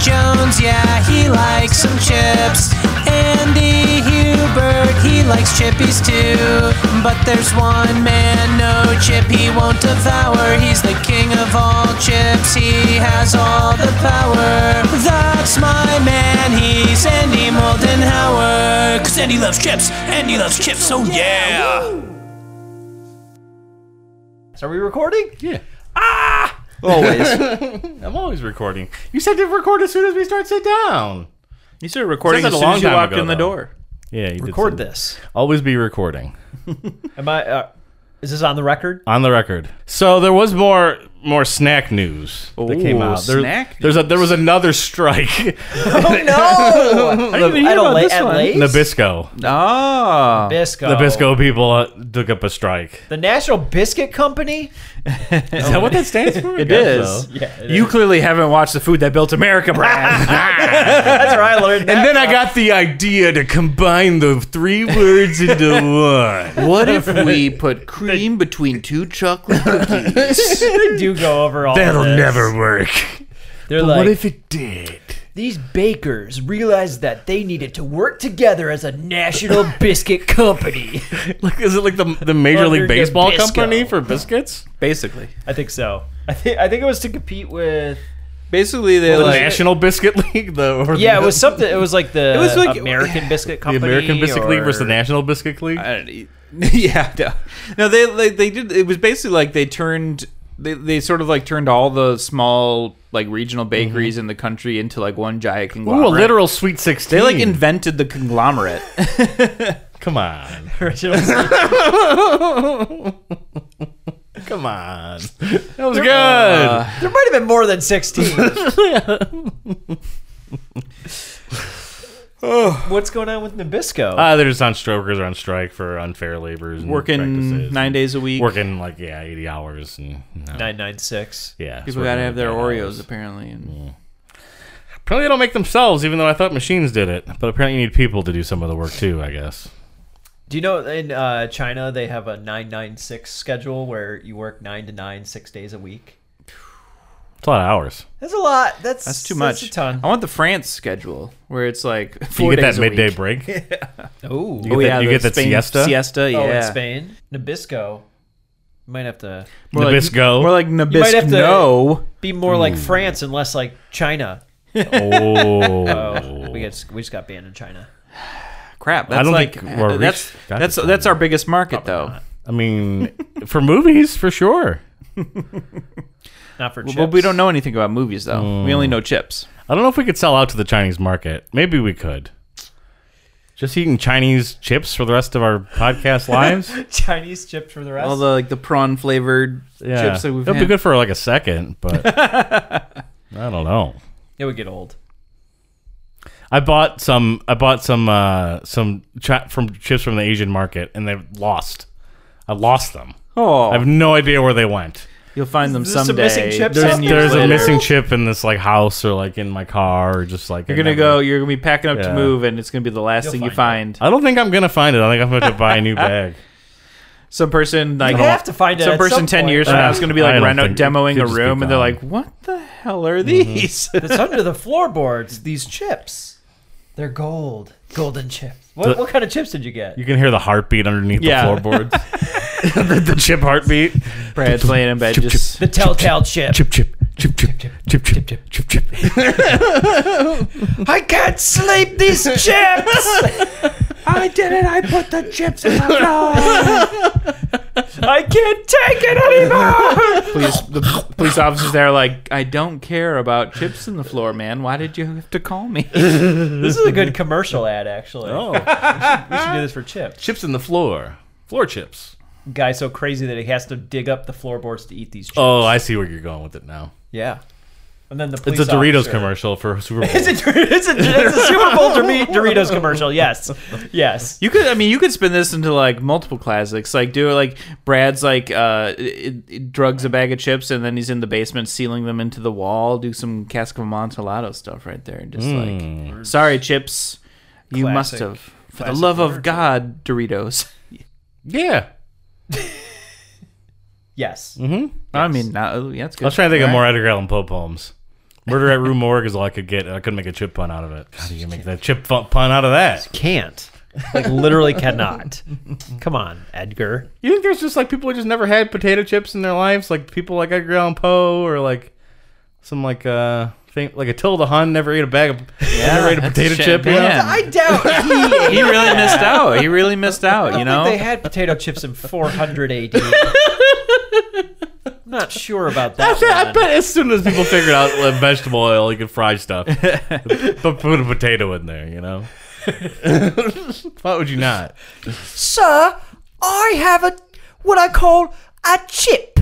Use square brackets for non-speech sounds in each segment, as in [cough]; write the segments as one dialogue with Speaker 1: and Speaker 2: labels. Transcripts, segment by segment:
Speaker 1: games, yeah, he likes some chips. Andy Hubert, he likes chippies too. But there's one man, no chip he won't devour. He's the king of all chips, he has all the power. That's my man, he's Andy Moldenhauer.
Speaker 2: Cause Andy loves chips. Andy loves chips. Oh yeah.
Speaker 3: So are we recording?
Speaker 4: Yeah.
Speaker 3: [laughs] Always.
Speaker 4: I'm always recording. You said to record as soon as we start sit down.
Speaker 2: You started recording
Speaker 4: Said
Speaker 2: as
Speaker 4: that a
Speaker 2: soon
Speaker 4: long
Speaker 2: as you
Speaker 4: time
Speaker 2: walked
Speaker 4: ago,
Speaker 2: in the
Speaker 4: though.
Speaker 2: door.
Speaker 4: Yeah, you did
Speaker 3: Record
Speaker 4: say-
Speaker 3: this.
Speaker 4: Always be recording.
Speaker 3: Am I? Uh, is this on the
Speaker 4: [laughs]
Speaker 3: record?
Speaker 4: On the record. So there was more more snack news that came
Speaker 2: Ooh,
Speaker 4: out. There,
Speaker 2: snack
Speaker 4: there's a there was another
Speaker 2: [laughs]
Speaker 4: strike. Oh,
Speaker 3: No.
Speaker 2: I didn't even
Speaker 3: At
Speaker 2: hear
Speaker 3: a
Speaker 2: about
Speaker 3: late,
Speaker 2: this
Speaker 3: at
Speaker 2: one.
Speaker 3: Lay's?
Speaker 4: Nabisco.
Speaker 2: Oh.
Speaker 3: [laughs] Bisco.
Speaker 4: Nabisco people uh, took up a strike.
Speaker 3: The National Biscuit Company.
Speaker 4: Is that what that stands for?
Speaker 2: It is. you clearly haven't watched the Food That Built America brand. [laughs]
Speaker 3: That's where I learned.
Speaker 4: [laughs] And
Speaker 3: that
Speaker 4: then I
Speaker 3: from.
Speaker 4: got the idea to combine the three words into [laughs] one.
Speaker 5: What
Speaker 2: [laughs]
Speaker 5: if we put cream between two chocolate cookies?
Speaker 3: They do go over all.
Speaker 4: That'll
Speaker 3: of this.
Speaker 4: never work.
Speaker 3: They're
Speaker 4: But
Speaker 3: like
Speaker 4: what if it did?
Speaker 3: these bakers realized that they needed to work together as a
Speaker 4: [laughs]
Speaker 3: national biscuit company.
Speaker 4: Like, is it like the the Major
Speaker 3: Under
Speaker 4: League
Speaker 3: the
Speaker 4: Baseball
Speaker 3: Bisco.
Speaker 4: company for
Speaker 2: [laughs]
Speaker 4: biscuits?
Speaker 2: Basically.
Speaker 3: I think so. I think I think it was to compete with.
Speaker 2: Basically, they
Speaker 4: The
Speaker 2: like.
Speaker 4: National Biscuit League, the or
Speaker 3: Yeah, it [laughs]
Speaker 4: the,
Speaker 3: was something. It was like the
Speaker 2: was like-
Speaker 3: American Biscuit
Speaker 4: the
Speaker 3: Company.
Speaker 4: American Biscuit League versus
Speaker 3: [laughs]
Speaker 4: the
Speaker 3: or-
Speaker 4: National Biscuit League.
Speaker 2: I don't e- [laughs] yeah, no. no, they, they they did. It was basically like they turned they, they sort of like turned all the small like regional bakeries in the country into like one giant
Speaker 4: Ooh,
Speaker 2: conglomerate.
Speaker 4: a literal Sweet Sixteen.
Speaker 2: They like invented the conglomerate.
Speaker 4: Come on, [laughs]
Speaker 3: original-
Speaker 4: come on. That was good.
Speaker 2: uh,
Speaker 3: there might have been more than
Speaker 2: [laughs]
Speaker 3: sixteen.
Speaker 2: Oh.
Speaker 3: What's going on with Nabisco?
Speaker 4: Uh, they're just on strokers are on strike for unfair labors. And
Speaker 2: working
Speaker 4: practices.
Speaker 2: nine days a week.
Speaker 4: Working like yeah, eighty hours and no.
Speaker 3: Nine nine six.
Speaker 4: yeah. it's
Speaker 2: People
Speaker 4: working
Speaker 2: gotta have their
Speaker 4: like nine hours.
Speaker 2: Oreos apparently. And
Speaker 4: Apparently, they don't make themselves, even though I thought machines did it. But apparently, you need people to do some of the work too. I guess.
Speaker 3: Do you know in uh, China they have a nine nine six schedule where you work nine to nine six days a week?
Speaker 4: It's a lot of hours.
Speaker 3: That's a lot. That's
Speaker 2: That's too
Speaker 3: that's
Speaker 2: much.
Speaker 3: a ton.
Speaker 2: I want the France schedule where it's like [laughs]
Speaker 4: You
Speaker 2: four
Speaker 4: get
Speaker 2: days
Speaker 4: that
Speaker 2: a
Speaker 4: midday
Speaker 2: week.
Speaker 4: break. [laughs]
Speaker 3: Oh,
Speaker 4: You get that- you
Speaker 2: the
Speaker 4: get that
Speaker 2: Spain
Speaker 4: siesta?
Speaker 2: Siesta, yeah.
Speaker 3: oh, in Spain, Nabisco. You might have to
Speaker 2: More like-
Speaker 4: Nabisco.
Speaker 2: More like
Speaker 3: might have to-
Speaker 2: Nabisco. No.
Speaker 3: be more like France and less like China.
Speaker 4: Oh,
Speaker 3: Oh, we get we just got banned in China.
Speaker 2: Crap. That's
Speaker 4: don't
Speaker 2: like
Speaker 4: think we're
Speaker 2: that's
Speaker 4: reached- God,
Speaker 2: that's
Speaker 4: it's
Speaker 2: that's our biggest market though.
Speaker 4: I mean, for movies, for sure.
Speaker 3: Not for chips.
Speaker 2: Well, we don't know anything about movies though. We only know chips.
Speaker 4: I don't know if we could sell out to the Chinese market. Maybe we could. Just eating Chinese chips for the rest of our [laughs] podcast lives.
Speaker 3: [laughs] Chinese chips for the rest.
Speaker 2: All the like the prawn flavored
Speaker 4: Yeah,
Speaker 2: chips that we've
Speaker 4: it'll
Speaker 2: had.
Speaker 4: be good for like a second, [laughs] but I don't know.
Speaker 3: it would get old.
Speaker 4: I bought some. I bought some uh, some chi- from chips from the Asian market, and they lost. I lost them.
Speaker 2: Oh,
Speaker 4: I have no idea where they went.
Speaker 2: you'll find them
Speaker 3: Is this some
Speaker 2: someday.
Speaker 3: missing chips
Speaker 2: Ten
Speaker 3: out
Speaker 2: years
Speaker 3: there?
Speaker 4: There's a
Speaker 2: later.
Speaker 4: missing chip in this like house or like in my car or just like
Speaker 2: You're gonna go. You're gonna be packing up
Speaker 4: Yeah.
Speaker 2: to move, and it's gonna be the last
Speaker 3: You'll
Speaker 2: thing you
Speaker 3: find
Speaker 2: find.
Speaker 4: I don't think I'm gonna find it. I think I'm gonna have to buy a new bag.
Speaker 2: Some person like
Speaker 3: You have to find it.
Speaker 2: some
Speaker 3: at
Speaker 2: person
Speaker 3: some
Speaker 2: ten
Speaker 3: point.
Speaker 2: years from now is gonna be
Speaker 4: I
Speaker 2: like
Speaker 4: don't
Speaker 2: reno-
Speaker 4: think- Mm-hmm.
Speaker 2: demoing a
Speaker 4: could just be
Speaker 2: room, and they're
Speaker 4: gone.
Speaker 2: like, "What the hell are these?"
Speaker 3: It's under the floorboards. These chips, they're gold, golden chips. What,
Speaker 4: The-
Speaker 3: what kind of chips did you get?
Speaker 4: You can hear the heartbeat underneath
Speaker 2: Yeah.
Speaker 4: the floorboards. [laughs] the, the chip heartbeat.
Speaker 2: Brad's laying in bed, just
Speaker 3: the telltale chip.
Speaker 4: Chip chip chip chip chip chip chip chip chip chip.
Speaker 3: I can't sleep. These
Speaker 4: [laughs]
Speaker 3: chips.
Speaker 2: I did it. I put the chips [laughs] in my
Speaker 3: I can't take it anymore.
Speaker 4: [laughs]
Speaker 2: police, the police officers there are like, I don't care about chips in the floor, man. Why did you have to call me? [laughs]
Speaker 3: this is a good commercial ad, actually.
Speaker 4: Oh,
Speaker 3: We should do this for chips.
Speaker 4: chips in the floor. Floor chips.
Speaker 3: Guy so crazy that he has to dig up the floorboards to eat these chips.
Speaker 4: Oh, I see where you're going with it now.
Speaker 3: yeah. And then the
Speaker 4: It's
Speaker 3: police
Speaker 4: a Doritos
Speaker 3: officer-
Speaker 4: commercial [laughs] for Super Bowl.
Speaker 3: [laughs] It's a, it's, a, it's a Super Bowl
Speaker 4: [laughs]
Speaker 3: Dormi- Doritos commercial. Yes, yes.
Speaker 2: You could, I mean, you could spin this into like multiple classics. Like, do it like Brad's like uh, it, it drugs a bag of chips and then he's in the basement sealing them into the wall. Do some Cask of Amontillado stuff right there. And just like, sorry, chips, you must
Speaker 3: Hmm. Classic-
Speaker 2: have. For the love of God, Doritos. [laughs]
Speaker 4: yeah.
Speaker 3: Yes.
Speaker 2: I mean, oh, not, yeah, that's good.
Speaker 4: Mm-hmm. I was trying to think of more Edgar Allan Poe poems. Murder at Rue Morgue is all I could get. I couldn't make a chip pun out of it. How do you make that chip fu- pun out of that?
Speaker 3: Can't. Like literally cannot. Come on, Edgar.
Speaker 4: You think there's just like people who just never had potato chips in their lives, like people like Edgar Allan Poe or like some like uh thing like Attila Hun never ate a bag of [laughs] never ate a potato
Speaker 2: shame.
Speaker 4: chip. you know?
Speaker 2: Man.
Speaker 3: I doubt he,
Speaker 2: He really missed out. He really missed out. You
Speaker 3: they
Speaker 2: know.
Speaker 3: had potato chips in 400 AD.
Speaker 6: [laughs]
Speaker 3: I'm not sure about that.
Speaker 4: I
Speaker 3: one.
Speaker 4: bet as soon as people figured out like, vegetable oil, you could fry [laughs] stuff. but put a potato in there, you [laughs] know. Why would you not?
Speaker 6: Sir, I have a what I call a
Speaker 3: [laughs]
Speaker 6: chip.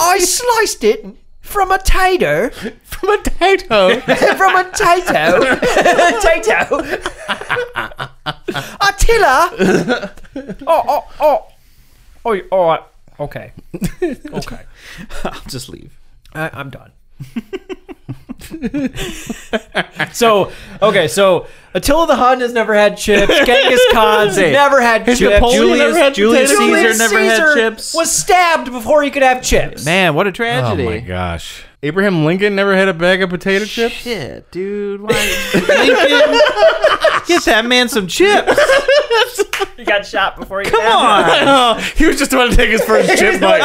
Speaker 6: I sliced it from a
Speaker 3: [laughs]
Speaker 6: tater,
Speaker 4: From a potato.
Speaker 6: [laughs] from a tato,
Speaker 3: [laughs]
Speaker 6: tato. Attila.
Speaker 3: [laughs]
Speaker 6: Oh, oh, oh, oh, all right. Okay,
Speaker 2: I'll just leave.
Speaker 3: I, I'm done. [laughs] so okay, so Attila the Hun has never had
Speaker 2: [laughs]
Speaker 3: chips. Genghis Khan's
Speaker 2: Hey,
Speaker 3: never had chips.
Speaker 2: Napoleon
Speaker 3: Julius,
Speaker 2: never had
Speaker 3: Julius
Speaker 2: potatoes?
Speaker 3: Caesar
Speaker 2: Julius
Speaker 3: never
Speaker 2: Caesar
Speaker 3: had chips. Was stabbed before he could have chips.
Speaker 2: Man, what a
Speaker 4: oh
Speaker 2: tragedy.
Speaker 4: my gosh. Abraham Lincoln never had a bag of potato chips?
Speaker 2: Shit, dude. Why? Lincoln, [laughs] get that man some chips.
Speaker 3: He got shot before he.
Speaker 2: Come on.
Speaker 4: Oh, [laughs] he was just about to take his [laughs] first chip bite.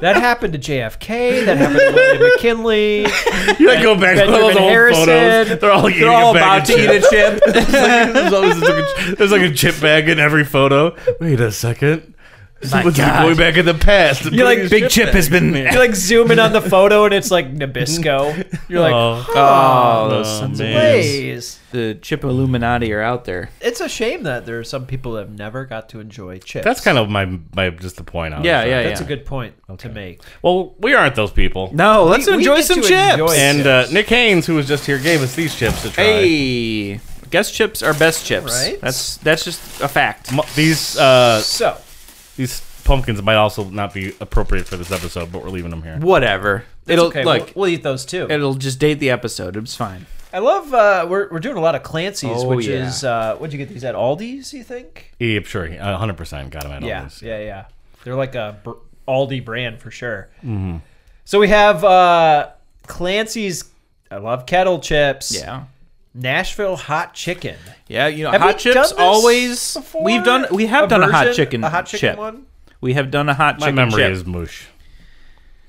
Speaker 3: that happened to JFK. That happened to William McKinley.
Speaker 4: [laughs] you like go back to all those
Speaker 3: Benjamin
Speaker 4: old
Speaker 3: Harrison.
Speaker 4: photos. They're all, eating
Speaker 2: They're all
Speaker 4: a bag
Speaker 2: about
Speaker 4: of
Speaker 2: to eat
Speaker 4: chips.
Speaker 2: a chip.
Speaker 4: [laughs] there's, always this like a, there's like a chip bag in every photo. Wait a second. Someone's
Speaker 2: God.
Speaker 4: going back in the past. and
Speaker 3: You're
Speaker 4: putting
Speaker 3: like,
Speaker 4: his
Speaker 3: "Big
Speaker 4: chip
Speaker 2: Chip has been there.
Speaker 3: You like zoom in on the photo and it's like Nabisco. You're like,
Speaker 4: Oh,
Speaker 2: Oh, those sons of
Speaker 4: man.
Speaker 3: please.
Speaker 2: the chip Illuminati are out there.
Speaker 3: It's a shame that there are some people that have never got to enjoy chips.
Speaker 4: That's kind of my, my just the point. I was
Speaker 2: Yeah,
Speaker 4: trying-
Speaker 2: yeah, yeah.
Speaker 3: That's a good point to make.
Speaker 4: Well, we aren't those people.
Speaker 2: No, let's
Speaker 3: We- we
Speaker 2: enjoy
Speaker 3: get
Speaker 2: some
Speaker 3: to
Speaker 2: chips.
Speaker 3: enjoy
Speaker 4: And uh, Nick Haynes, who was just here, gave us these chips to try.
Speaker 2: hey, guess chips are best chips.
Speaker 3: Right.
Speaker 2: That's that's just a fact.
Speaker 4: Mu- These uh,
Speaker 3: So,
Speaker 4: these pumpkins might also not be appropriate for this episode, but we're leaving them here.
Speaker 2: Whatever. it'll
Speaker 3: okay,
Speaker 2: like
Speaker 3: we'll, we'll eat those too.
Speaker 2: it'll just date the episode. It's fine.
Speaker 3: I love. Uh, we're we're doing a lot of Clancy's,
Speaker 2: Oh,
Speaker 3: which
Speaker 2: yeah.
Speaker 3: is uh, what'd you get these at Aldi's? You think?
Speaker 4: Yeah, I'm sure. uh, 100% got them at
Speaker 3: yeah,
Speaker 4: all these.
Speaker 3: yeah, yeah. They're like a br- Aldi brand for sure.
Speaker 2: Mm-hmm.
Speaker 3: So we have uh, Clancy's. I love kettle chips.
Speaker 2: Yeah.
Speaker 3: Nashville hot chicken.
Speaker 2: Yeah, you know,
Speaker 3: Have
Speaker 2: hot
Speaker 3: we
Speaker 2: chips
Speaker 3: done this
Speaker 2: always.
Speaker 3: before?
Speaker 2: We've done. We have done a hot
Speaker 3: version-
Speaker 2: chicken.
Speaker 3: A hot chicken
Speaker 2: chip.
Speaker 3: one.
Speaker 2: We have done a hot
Speaker 4: My
Speaker 2: chicken.
Speaker 4: memory
Speaker 2: chip.
Speaker 4: is moosh.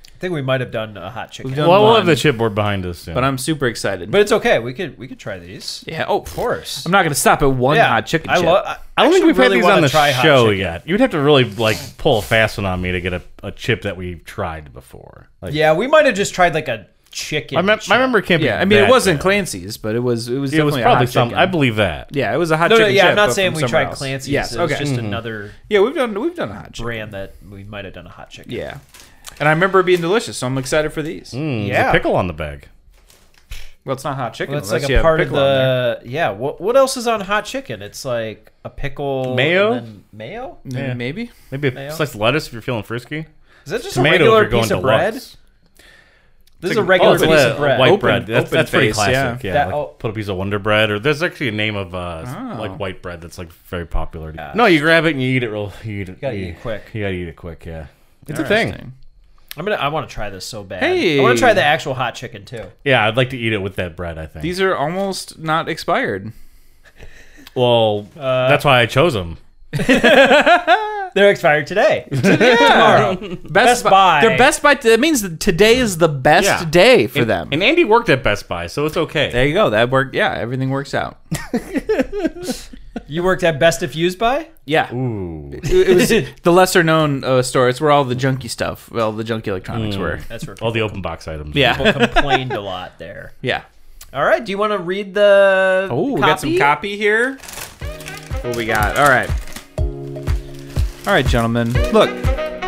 Speaker 3: I think we might have done a hot chicken.
Speaker 2: We've done
Speaker 4: Well, we'll
Speaker 2: one,
Speaker 4: have the chipboard behind us soon.
Speaker 2: But I'm super excited.
Speaker 3: But it's okay. We could we could try these.
Speaker 2: yeah, oh,
Speaker 3: Of course.
Speaker 2: I'm not gonna stop at one hot chicken
Speaker 3: I
Speaker 2: chip.
Speaker 3: lo- I,
Speaker 4: I don't think
Speaker 3: actually
Speaker 4: we've had
Speaker 3: really
Speaker 4: these
Speaker 3: wanna
Speaker 4: on the
Speaker 3: try hot
Speaker 4: show
Speaker 3: chicken.
Speaker 4: yet. You'd have to really like pull a fast one on me to get a, a chip that we've tried before. Like,
Speaker 3: Yeah, we might have just tried like a chicken.
Speaker 4: my, mem-
Speaker 3: chip.
Speaker 4: my memory can't be.
Speaker 2: yeah, I mean, it
Speaker 4: that
Speaker 2: wasn't
Speaker 4: bad.
Speaker 2: Clancy's, but it was. It was.
Speaker 4: It was
Speaker 2: definitely a
Speaker 4: probably
Speaker 2: hot
Speaker 4: something.
Speaker 2: chicken.
Speaker 4: I believe that.
Speaker 2: Yeah, it was a hot
Speaker 3: No, no,
Speaker 2: chicken.
Speaker 3: yeah.
Speaker 2: chip,
Speaker 3: I'm not
Speaker 2: but
Speaker 3: saying
Speaker 2: from
Speaker 3: we
Speaker 2: somewhere
Speaker 3: tried
Speaker 2: else.
Speaker 3: Clancy's.
Speaker 2: Yes,
Speaker 3: It was
Speaker 2: okay.
Speaker 3: just another
Speaker 2: yeah, we've done we've done a hot chicken.
Speaker 3: brand that we might have done a hot chicken.
Speaker 2: Yeah, and I remember it being delicious, so I'm excited for these.
Speaker 4: Mm, there's
Speaker 3: Yeah.
Speaker 4: a pickle on the bag.
Speaker 2: Well, it's not hot chicken.
Speaker 3: Well, that's
Speaker 2: unless
Speaker 3: like
Speaker 2: you
Speaker 3: a
Speaker 2: have
Speaker 3: part of
Speaker 2: pickle on there.
Speaker 3: the yeah. What what else is on hot chicken? It's like a pickle,
Speaker 4: Mayo?
Speaker 3: and then mayo.
Speaker 2: Mm,
Speaker 4: Yeah.
Speaker 2: Maybe
Speaker 4: Maybe a
Speaker 3: Mayo?
Speaker 4: slice of lettuce if you're feeling frisky.
Speaker 3: Is that just a
Speaker 4: Tomato if
Speaker 3: regular
Speaker 4: you're going
Speaker 3: piece of
Speaker 4: to
Speaker 3: bread?
Speaker 4: Lux.
Speaker 3: This is a regular
Speaker 4: Oh, it's
Speaker 3: piece
Speaker 4: le-
Speaker 3: of bread.
Speaker 4: White
Speaker 2: Open-
Speaker 4: bread. That's,
Speaker 2: open
Speaker 4: that's pretty
Speaker 2: face,
Speaker 4: classic. Yeah.
Speaker 3: That- Ah.
Speaker 4: like
Speaker 3: oh.
Speaker 4: Put a piece of Wonder Bread, or there's actually a name of uh,
Speaker 2: Oh.
Speaker 4: like white bread that's like very popular. No, you grab it and you eat it real. You eat it. You
Speaker 3: gotta eat it quick.
Speaker 4: You gotta eat it quick. Yeah, it's a thing.
Speaker 2: Interesting.
Speaker 3: I'm gonna. I want to try this so bad.
Speaker 2: Hey.
Speaker 3: I want to try the actual hot chicken too.
Speaker 4: Yeah, I'd like to eat it with that bread. I think.
Speaker 2: These are almost not expired.
Speaker 4: well, that's why I chose them.
Speaker 3: They're expired today. Tomorrow. Best
Speaker 2: Best,
Speaker 3: Buy.
Speaker 2: Their Best Buy. That means that today is the best
Speaker 4: Yeah.
Speaker 2: day for
Speaker 4: and,
Speaker 2: them.
Speaker 4: And Andy worked at Best Buy, so it's okay.
Speaker 2: there you go. That worked. Yeah, everything works out.
Speaker 3: You worked at Best If Used By.
Speaker 2: Yeah.
Speaker 4: Ooh.
Speaker 2: It [laughs] it was the lesser known uh, store. It's where all the junky stuff, well, the junky electronics were.
Speaker 3: That's where people
Speaker 4: All the open box items.
Speaker 2: Yeah.
Speaker 3: [laughs] complained a lot there.
Speaker 2: [laughs] Yeah.
Speaker 3: All right. Do you want to read the?
Speaker 2: Oh, we got some copy here. What we got? All right. All right, gentlemen. Look,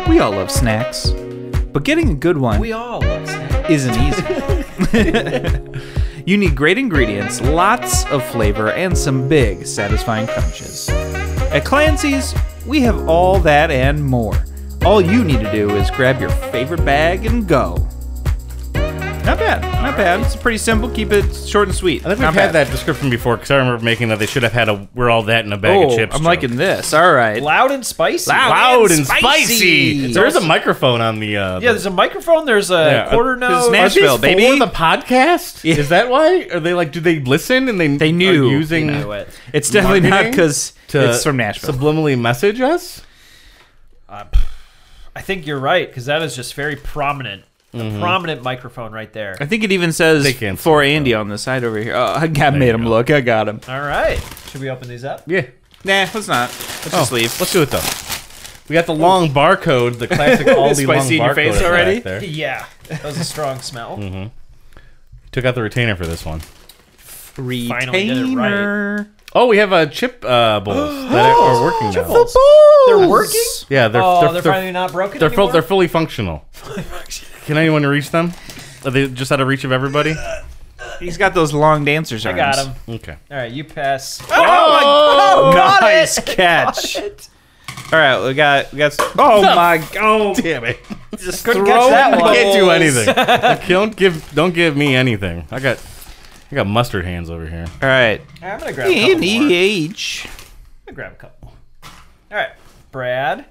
Speaker 2: we all love snacks, but getting a good one
Speaker 3: We all love snacks.
Speaker 2: isn't easy. [laughs] you need great ingredients, lots of flavor, and some big, satisfying crunches. At Clancy's, we have all that and more. All you need to do is grab your favorite bag and go. Not bad. Not bad. It's pretty simple. Keep it short and sweet.
Speaker 4: I think we've
Speaker 2: Not
Speaker 4: had that
Speaker 2: bad.
Speaker 4: description before because I remember making that they should have had a "we're all that in a bag
Speaker 2: Oh,
Speaker 4: of chips."
Speaker 2: I'm
Speaker 4: joke.
Speaker 2: liking this. All right.
Speaker 3: Loud and spicy.
Speaker 4: loud and spicy. There's a microphone on the. Uh,
Speaker 3: Yeah, there's a microphone. There's a
Speaker 4: Yeah,
Speaker 3: quarter
Speaker 4: this
Speaker 3: note.
Speaker 2: is Nash- Nashville,
Speaker 4: for
Speaker 2: baby.
Speaker 4: the podcast. Is that why? Are they like? Do they listen and they
Speaker 2: They knew.
Speaker 4: are using
Speaker 3: I know it.
Speaker 2: It's definitely not
Speaker 4: Marketing
Speaker 2: because
Speaker 4: to
Speaker 2: it's from Nashville.
Speaker 4: subliminally message us?
Speaker 3: Uh, pff, I think you're right because that is just very prominent. A prominent microphone right there.
Speaker 2: I think it even says
Speaker 4: They can't
Speaker 2: for Andy on the side over here. Oh, I got
Speaker 4: you
Speaker 2: made him
Speaker 4: go.
Speaker 2: look. I got him.
Speaker 3: All right. Should we open these up?
Speaker 4: Yeah.
Speaker 2: Nah, let's not. Let's just leave.
Speaker 4: Oh, Let's do it though. We got the long barcode, the
Speaker 2: [laughs]
Speaker 4: classic Aldi long
Speaker 2: Spicy in
Speaker 4: barcode.
Speaker 2: your face
Speaker 4: effect
Speaker 2: already?
Speaker 4: there.
Speaker 3: Yeah. That was a strong smell.
Speaker 4: Took out the retainer for this one.
Speaker 3: Finally did it right.
Speaker 2: Retainer.
Speaker 4: Oh, we have a chip uh,
Speaker 2: [gasps]
Speaker 4: bowls that are, are working now.
Speaker 3: They're working?
Speaker 4: Yeah, they're
Speaker 3: oh,
Speaker 4: they're,
Speaker 3: they're,
Speaker 4: they're-
Speaker 3: finally not broken
Speaker 4: They're full,
Speaker 3: anymore?
Speaker 4: they're fully functional. Can anyone reach them? Are they just out of reach of everybody?
Speaker 2: He's got those long dancers.
Speaker 3: I got them.
Speaker 4: Okay.
Speaker 3: All right, you pass.
Speaker 2: Oh, got nice catch. All right, we got we got. [laughs] Oh my god!
Speaker 4: Damn [laughs] it!
Speaker 2: Just
Speaker 3: Couldn't
Speaker 2: throwing
Speaker 3: catch that
Speaker 4: I
Speaker 3: one.
Speaker 4: can't do anything.
Speaker 2: [laughs]
Speaker 4: Like, don't give don't give me anything. I got I got mustard hands over here.
Speaker 2: All right,
Speaker 3: I'm going to grab a couple more. I'm going
Speaker 2: NEH.
Speaker 3: to grab a couple. All right, Brad.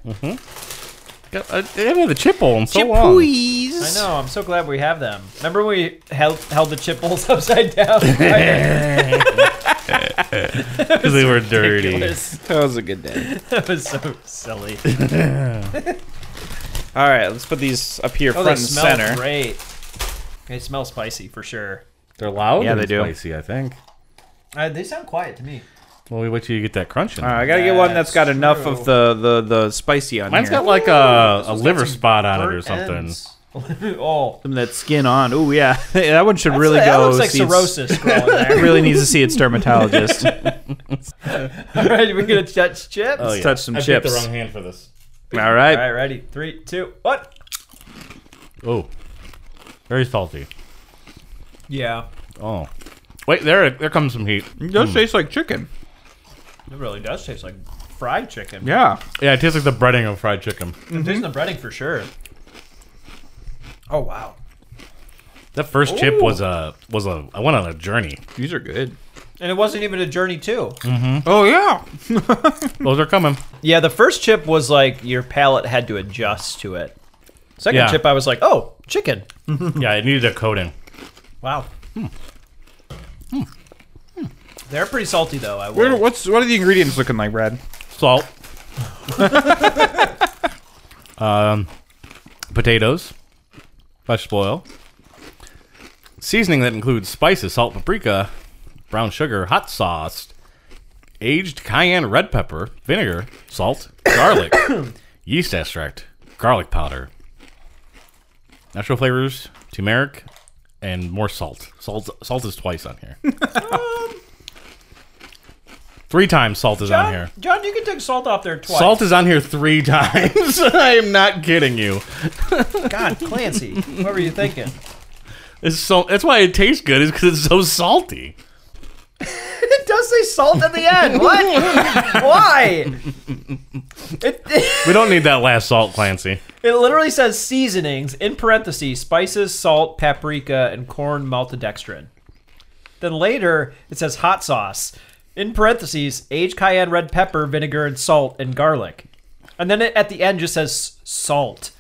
Speaker 4: Got, I haven't had the chip bowl in so long. [laughs]
Speaker 2: Please.
Speaker 3: I know. I'm so glad we have them. Remember when we held held the chip bowls [laughs] upside
Speaker 2: [laughs]
Speaker 3: down? that
Speaker 4: Because they were dirty.
Speaker 3: was-
Speaker 2: That was a good day.
Speaker 3: that was so silly.
Speaker 2: All right, let's put these up here
Speaker 3: Oh,
Speaker 2: front
Speaker 3: they
Speaker 2: and
Speaker 3: smell
Speaker 2: center.
Speaker 3: great. They smell spicy for sure.
Speaker 4: They're loud.
Speaker 2: Yeah,
Speaker 4: and
Speaker 2: they do.
Speaker 4: Spicy, I think.
Speaker 3: Uh, they sound quiet to me.
Speaker 4: Well, we wait till you get that crunch in.
Speaker 2: All right, I gotta get one that's got
Speaker 3: That's
Speaker 2: enough
Speaker 3: true.
Speaker 2: of the the the spicy on
Speaker 4: Mine's
Speaker 2: here.
Speaker 4: got like a, a
Speaker 3: one's got
Speaker 4: liver
Speaker 3: some
Speaker 4: spot on it or
Speaker 3: Burnt
Speaker 4: something.
Speaker 3: ends. [laughs] oh,
Speaker 2: Some of that skin on. Oh yeah, [laughs] that one should really
Speaker 3: that
Speaker 2: go.
Speaker 3: looks like
Speaker 2: see its-
Speaker 3: cirrhosis growing there.
Speaker 2: [laughs] Really needs to see its dermatologist.
Speaker 3: [laughs] All right, we're gonna touch chips.
Speaker 4: Oh,
Speaker 2: touch some
Speaker 4: I
Speaker 2: chips.
Speaker 4: picked the wrong hand for this.
Speaker 2: All
Speaker 3: All right,
Speaker 2: right.
Speaker 3: ready? Three, two, one.
Speaker 4: Oh, very salty.
Speaker 3: Yeah,
Speaker 4: Oh, wait there there comes some heat.
Speaker 2: It does taste like chicken.
Speaker 3: it really does taste like fried chicken.
Speaker 2: Yeah.
Speaker 4: Yeah, it tastes like the breading of fried chicken.
Speaker 3: I'm tasting the breading for sure. Oh wow,
Speaker 4: That first chip was a was a I went on a journey.
Speaker 2: These are good.
Speaker 3: and it wasn't even a journey too.
Speaker 2: Oh yeah.
Speaker 4: Those are coming.
Speaker 3: Yeah, the first chip was like your palate had to adjust to it. Second
Speaker 4: Yeah.
Speaker 3: chip, I was like, oh, chicken.
Speaker 4: yeah, it needed a coating.
Speaker 3: Wow. Hmm. They're pretty salty though. I
Speaker 2: Where,
Speaker 3: will.
Speaker 2: what's what are the ingredients looking like, Brad?
Speaker 4: Salt. um, potatoes, vegetable oil, seasoning that includes spices, salt, paprika, brown sugar, hot sauce, aged cayenne red pepper, vinegar, salt, garlic, yeast extract, garlic powder, natural flavors, turmeric, and more salt. Salt salt is twice on here. Three times salt is on here.
Speaker 3: John, John, you can take salt off there twice.
Speaker 4: Salt is on here three [laughs] times. I am not kidding you.
Speaker 3: God, Clancy, what were you thinking?
Speaker 4: It's so that's why it tastes good, is because it's so salty.
Speaker 3: [laughs] It does say salt at the [laughs] end. What? Why? It, it,
Speaker 4: We don't need that last salt, Clancy.
Speaker 3: literally says seasonings in parentheses spices, salt, paprika, and corn maltodextrin. Then later it says hot sauce in parentheses aged cayenne red pepper, vinegar, and salt and garlic. And then it, at the end just says salt.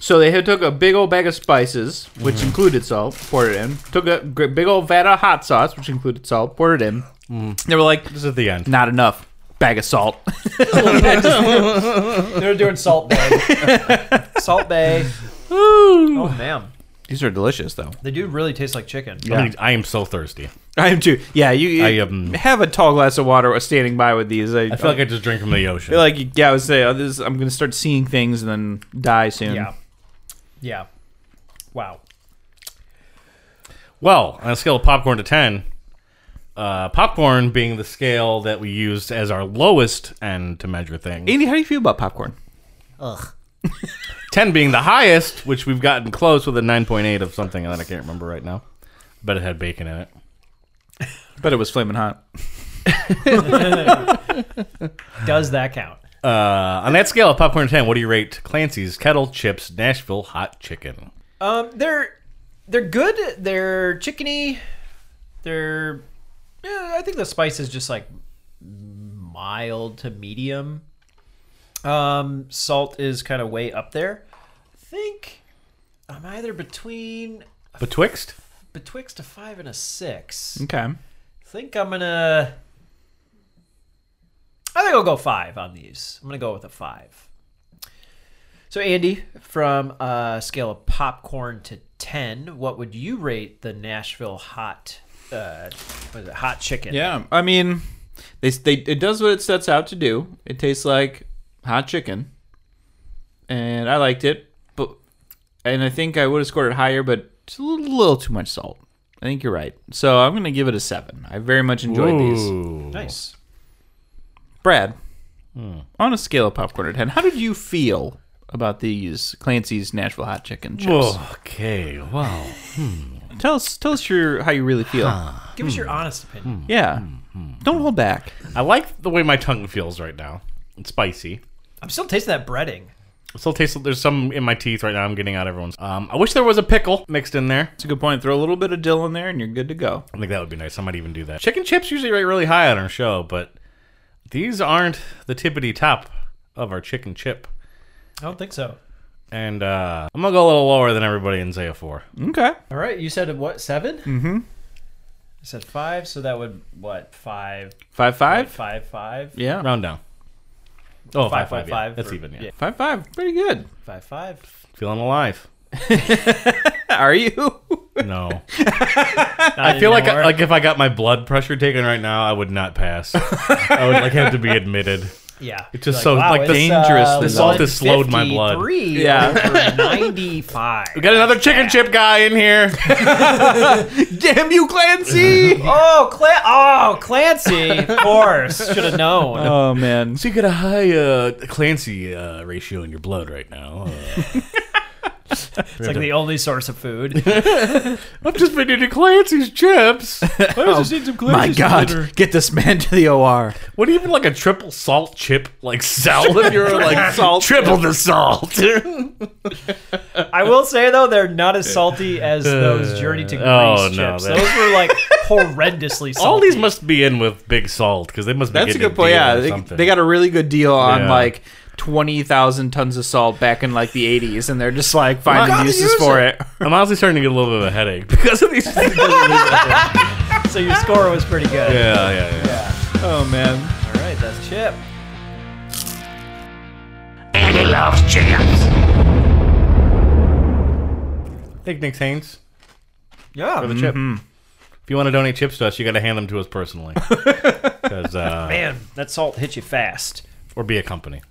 Speaker 2: So they had took a big old bag of spices, which included salt, poured it in. Took a gr- big old vat of hot sauce, which included salt, poured it in. They were like,
Speaker 4: This is the end.
Speaker 2: not enough. Bag of salt. [laughs]
Speaker 3: They're doing salt bay. salt bay. Oh man,
Speaker 2: These are delicious, though.
Speaker 3: they do really taste like chicken.
Speaker 4: I, mean, I am so thirsty.
Speaker 2: I am too. Yeah, you, you
Speaker 4: I, um,
Speaker 2: have a tall glass of water standing by with these. I,
Speaker 4: I feel like I just drink from the ocean.
Speaker 2: like, yeah, I would say oh, this, I'm gonna start seeing things and then die soon.
Speaker 3: Yeah. Yeah. Wow.
Speaker 4: Well, on a scale of popcorn to ten, uh, popcorn being the scale that we used as our lowest end to measure things.
Speaker 2: Andy, how do you feel about popcorn?
Speaker 4: Ten being the highest, which we've gotten close with a nine point eight of something that I can't remember right now. But it had bacon in it.
Speaker 2: But it was flaming hot.
Speaker 3: Does that count?
Speaker 4: Uh, on that scale of popcorn to 10, what do you rate Clancy's Kettle Chips Nashville Hot Chicken?
Speaker 3: Um, they're they're good. They're chickeny. They're yeah, I think the spice is just like mild to medium. Um, salt is kind of way up there. I think I'm either between
Speaker 4: Betwixt?
Speaker 3: betwixt a five and a six.
Speaker 2: Okay.
Speaker 3: think I'm gonna. I think I'll go five on these. I'm gonna go with a five. So Andy, from a scale of popcorn to ten, what would you rate the Nashville hot? Uh, what is it, hot chicken?
Speaker 2: Yeah, I mean, they they it does what it sets out to do. It tastes like hot chicken, and I liked it, but and I think I would have scored it higher, but it's a little, little too much salt. I think you're right. So I'm gonna give it a seven. I very much enjoyed these.
Speaker 4: Ooh.
Speaker 3: nice.
Speaker 2: Brad, on a scale of popcorn to ten, how did you feel about these Clancy's Nashville hot chicken chips?
Speaker 4: Okay, wow.
Speaker 2: Tell us tell us your how you really feel.
Speaker 3: Give us your honest opinion.
Speaker 2: Yeah, don't hold back.
Speaker 4: I like the way my tongue feels right now. It's spicy.
Speaker 3: I'm still tasting that breading.
Speaker 4: It still tastes. There's some in my teeth right now. I'm getting out everyone's. Um, I wish there was a pickle mixed in there.
Speaker 2: It's a good point. Throw a little bit of dill in there, and you're good to go.
Speaker 4: I think that would be nice. I might even do that. Chicken chips usually rate really high on our show, but these aren't the tippity top of our chicken chip.
Speaker 3: I don't think so.
Speaker 4: And uh, I'm gonna go a little lower than everybody and say a four.
Speaker 2: Okay.
Speaker 3: All right, you said what seven? Mm-hmm. I said five, so that would what five?
Speaker 2: Five five.
Speaker 3: Five five.
Speaker 2: Yeah.
Speaker 4: Round down. Oh,
Speaker 3: Five,
Speaker 4: five,
Speaker 3: five,
Speaker 4: five, yeah.
Speaker 3: five,
Speaker 4: That's
Speaker 3: or-
Speaker 4: even. Yeah.
Speaker 3: yeah.
Speaker 2: Five five. Pretty good. [laughs]
Speaker 3: Five five.
Speaker 4: Feeling alive.
Speaker 2: Are you?
Speaker 4: [laughs] No, I feel like
Speaker 3: anymore.
Speaker 4: like if I got my blood pressure taken right now, I would not pass. I would like have to be admitted.
Speaker 3: Yeah,
Speaker 4: It's just so, like, the-
Speaker 2: dangerously
Speaker 3: uh,
Speaker 4: the salt has slowed my blood.
Speaker 2: Yeah.
Speaker 3: yeah, ninety-five.
Speaker 4: We got another chicken chip guy in here.
Speaker 2: Damn you, Clancy!
Speaker 3: Oh, Cla- oh, Clancy,
Speaker 4: [laughs]
Speaker 3: of course, should have known.
Speaker 2: oh [laughs]
Speaker 4: [laughs]
Speaker 2: man.
Speaker 4: So you got a high uh, Clancy uh, ratio in your blood right now. Uh,
Speaker 3: it's like the only source of food.
Speaker 4: [laughs] I've just been eating Clancy's chips. I was just eating some
Speaker 2: Oh My
Speaker 4: Clancy's dinner.
Speaker 2: God, get this man to the OR.
Speaker 4: What even like a triple salt chip like salad? [laughs] You're
Speaker 2: [laughs]
Speaker 4: like salt triple the [laughs] salt.
Speaker 3: I will say though, they're not as salty as those Journey to Greece
Speaker 4: Uh, oh, no,
Speaker 3: chips.
Speaker 4: that-
Speaker 3: those were like
Speaker 4: [laughs]
Speaker 3: horrendously salty.
Speaker 4: All these must be in with big salt because they must. Be
Speaker 2: That's a
Speaker 4: getting
Speaker 2: good point. Yeah,
Speaker 4: deal or
Speaker 2: they,
Speaker 4: something.
Speaker 2: they got a really good deal on
Speaker 4: Yeah.
Speaker 2: like twenty thousand tons of salt back in like the eighties, and they're just like
Speaker 4: Oh
Speaker 2: finding uses for it.
Speaker 4: I'm honestly starting to get a little bit of a headache because of these. [laughs] yeah,
Speaker 3: so your score was pretty good.
Speaker 4: yeah, yeah.
Speaker 2: Oh man.
Speaker 3: All right, that's Chip.
Speaker 4: Thank Nick Haynes
Speaker 3: Yeah,
Speaker 4: for the chip. Mm-hmm. If you want to donate chips to us, you got to hand [laughs] them to us personally, 'Cause, uh,
Speaker 3: man, that salt hit you fast.
Speaker 4: or be a company.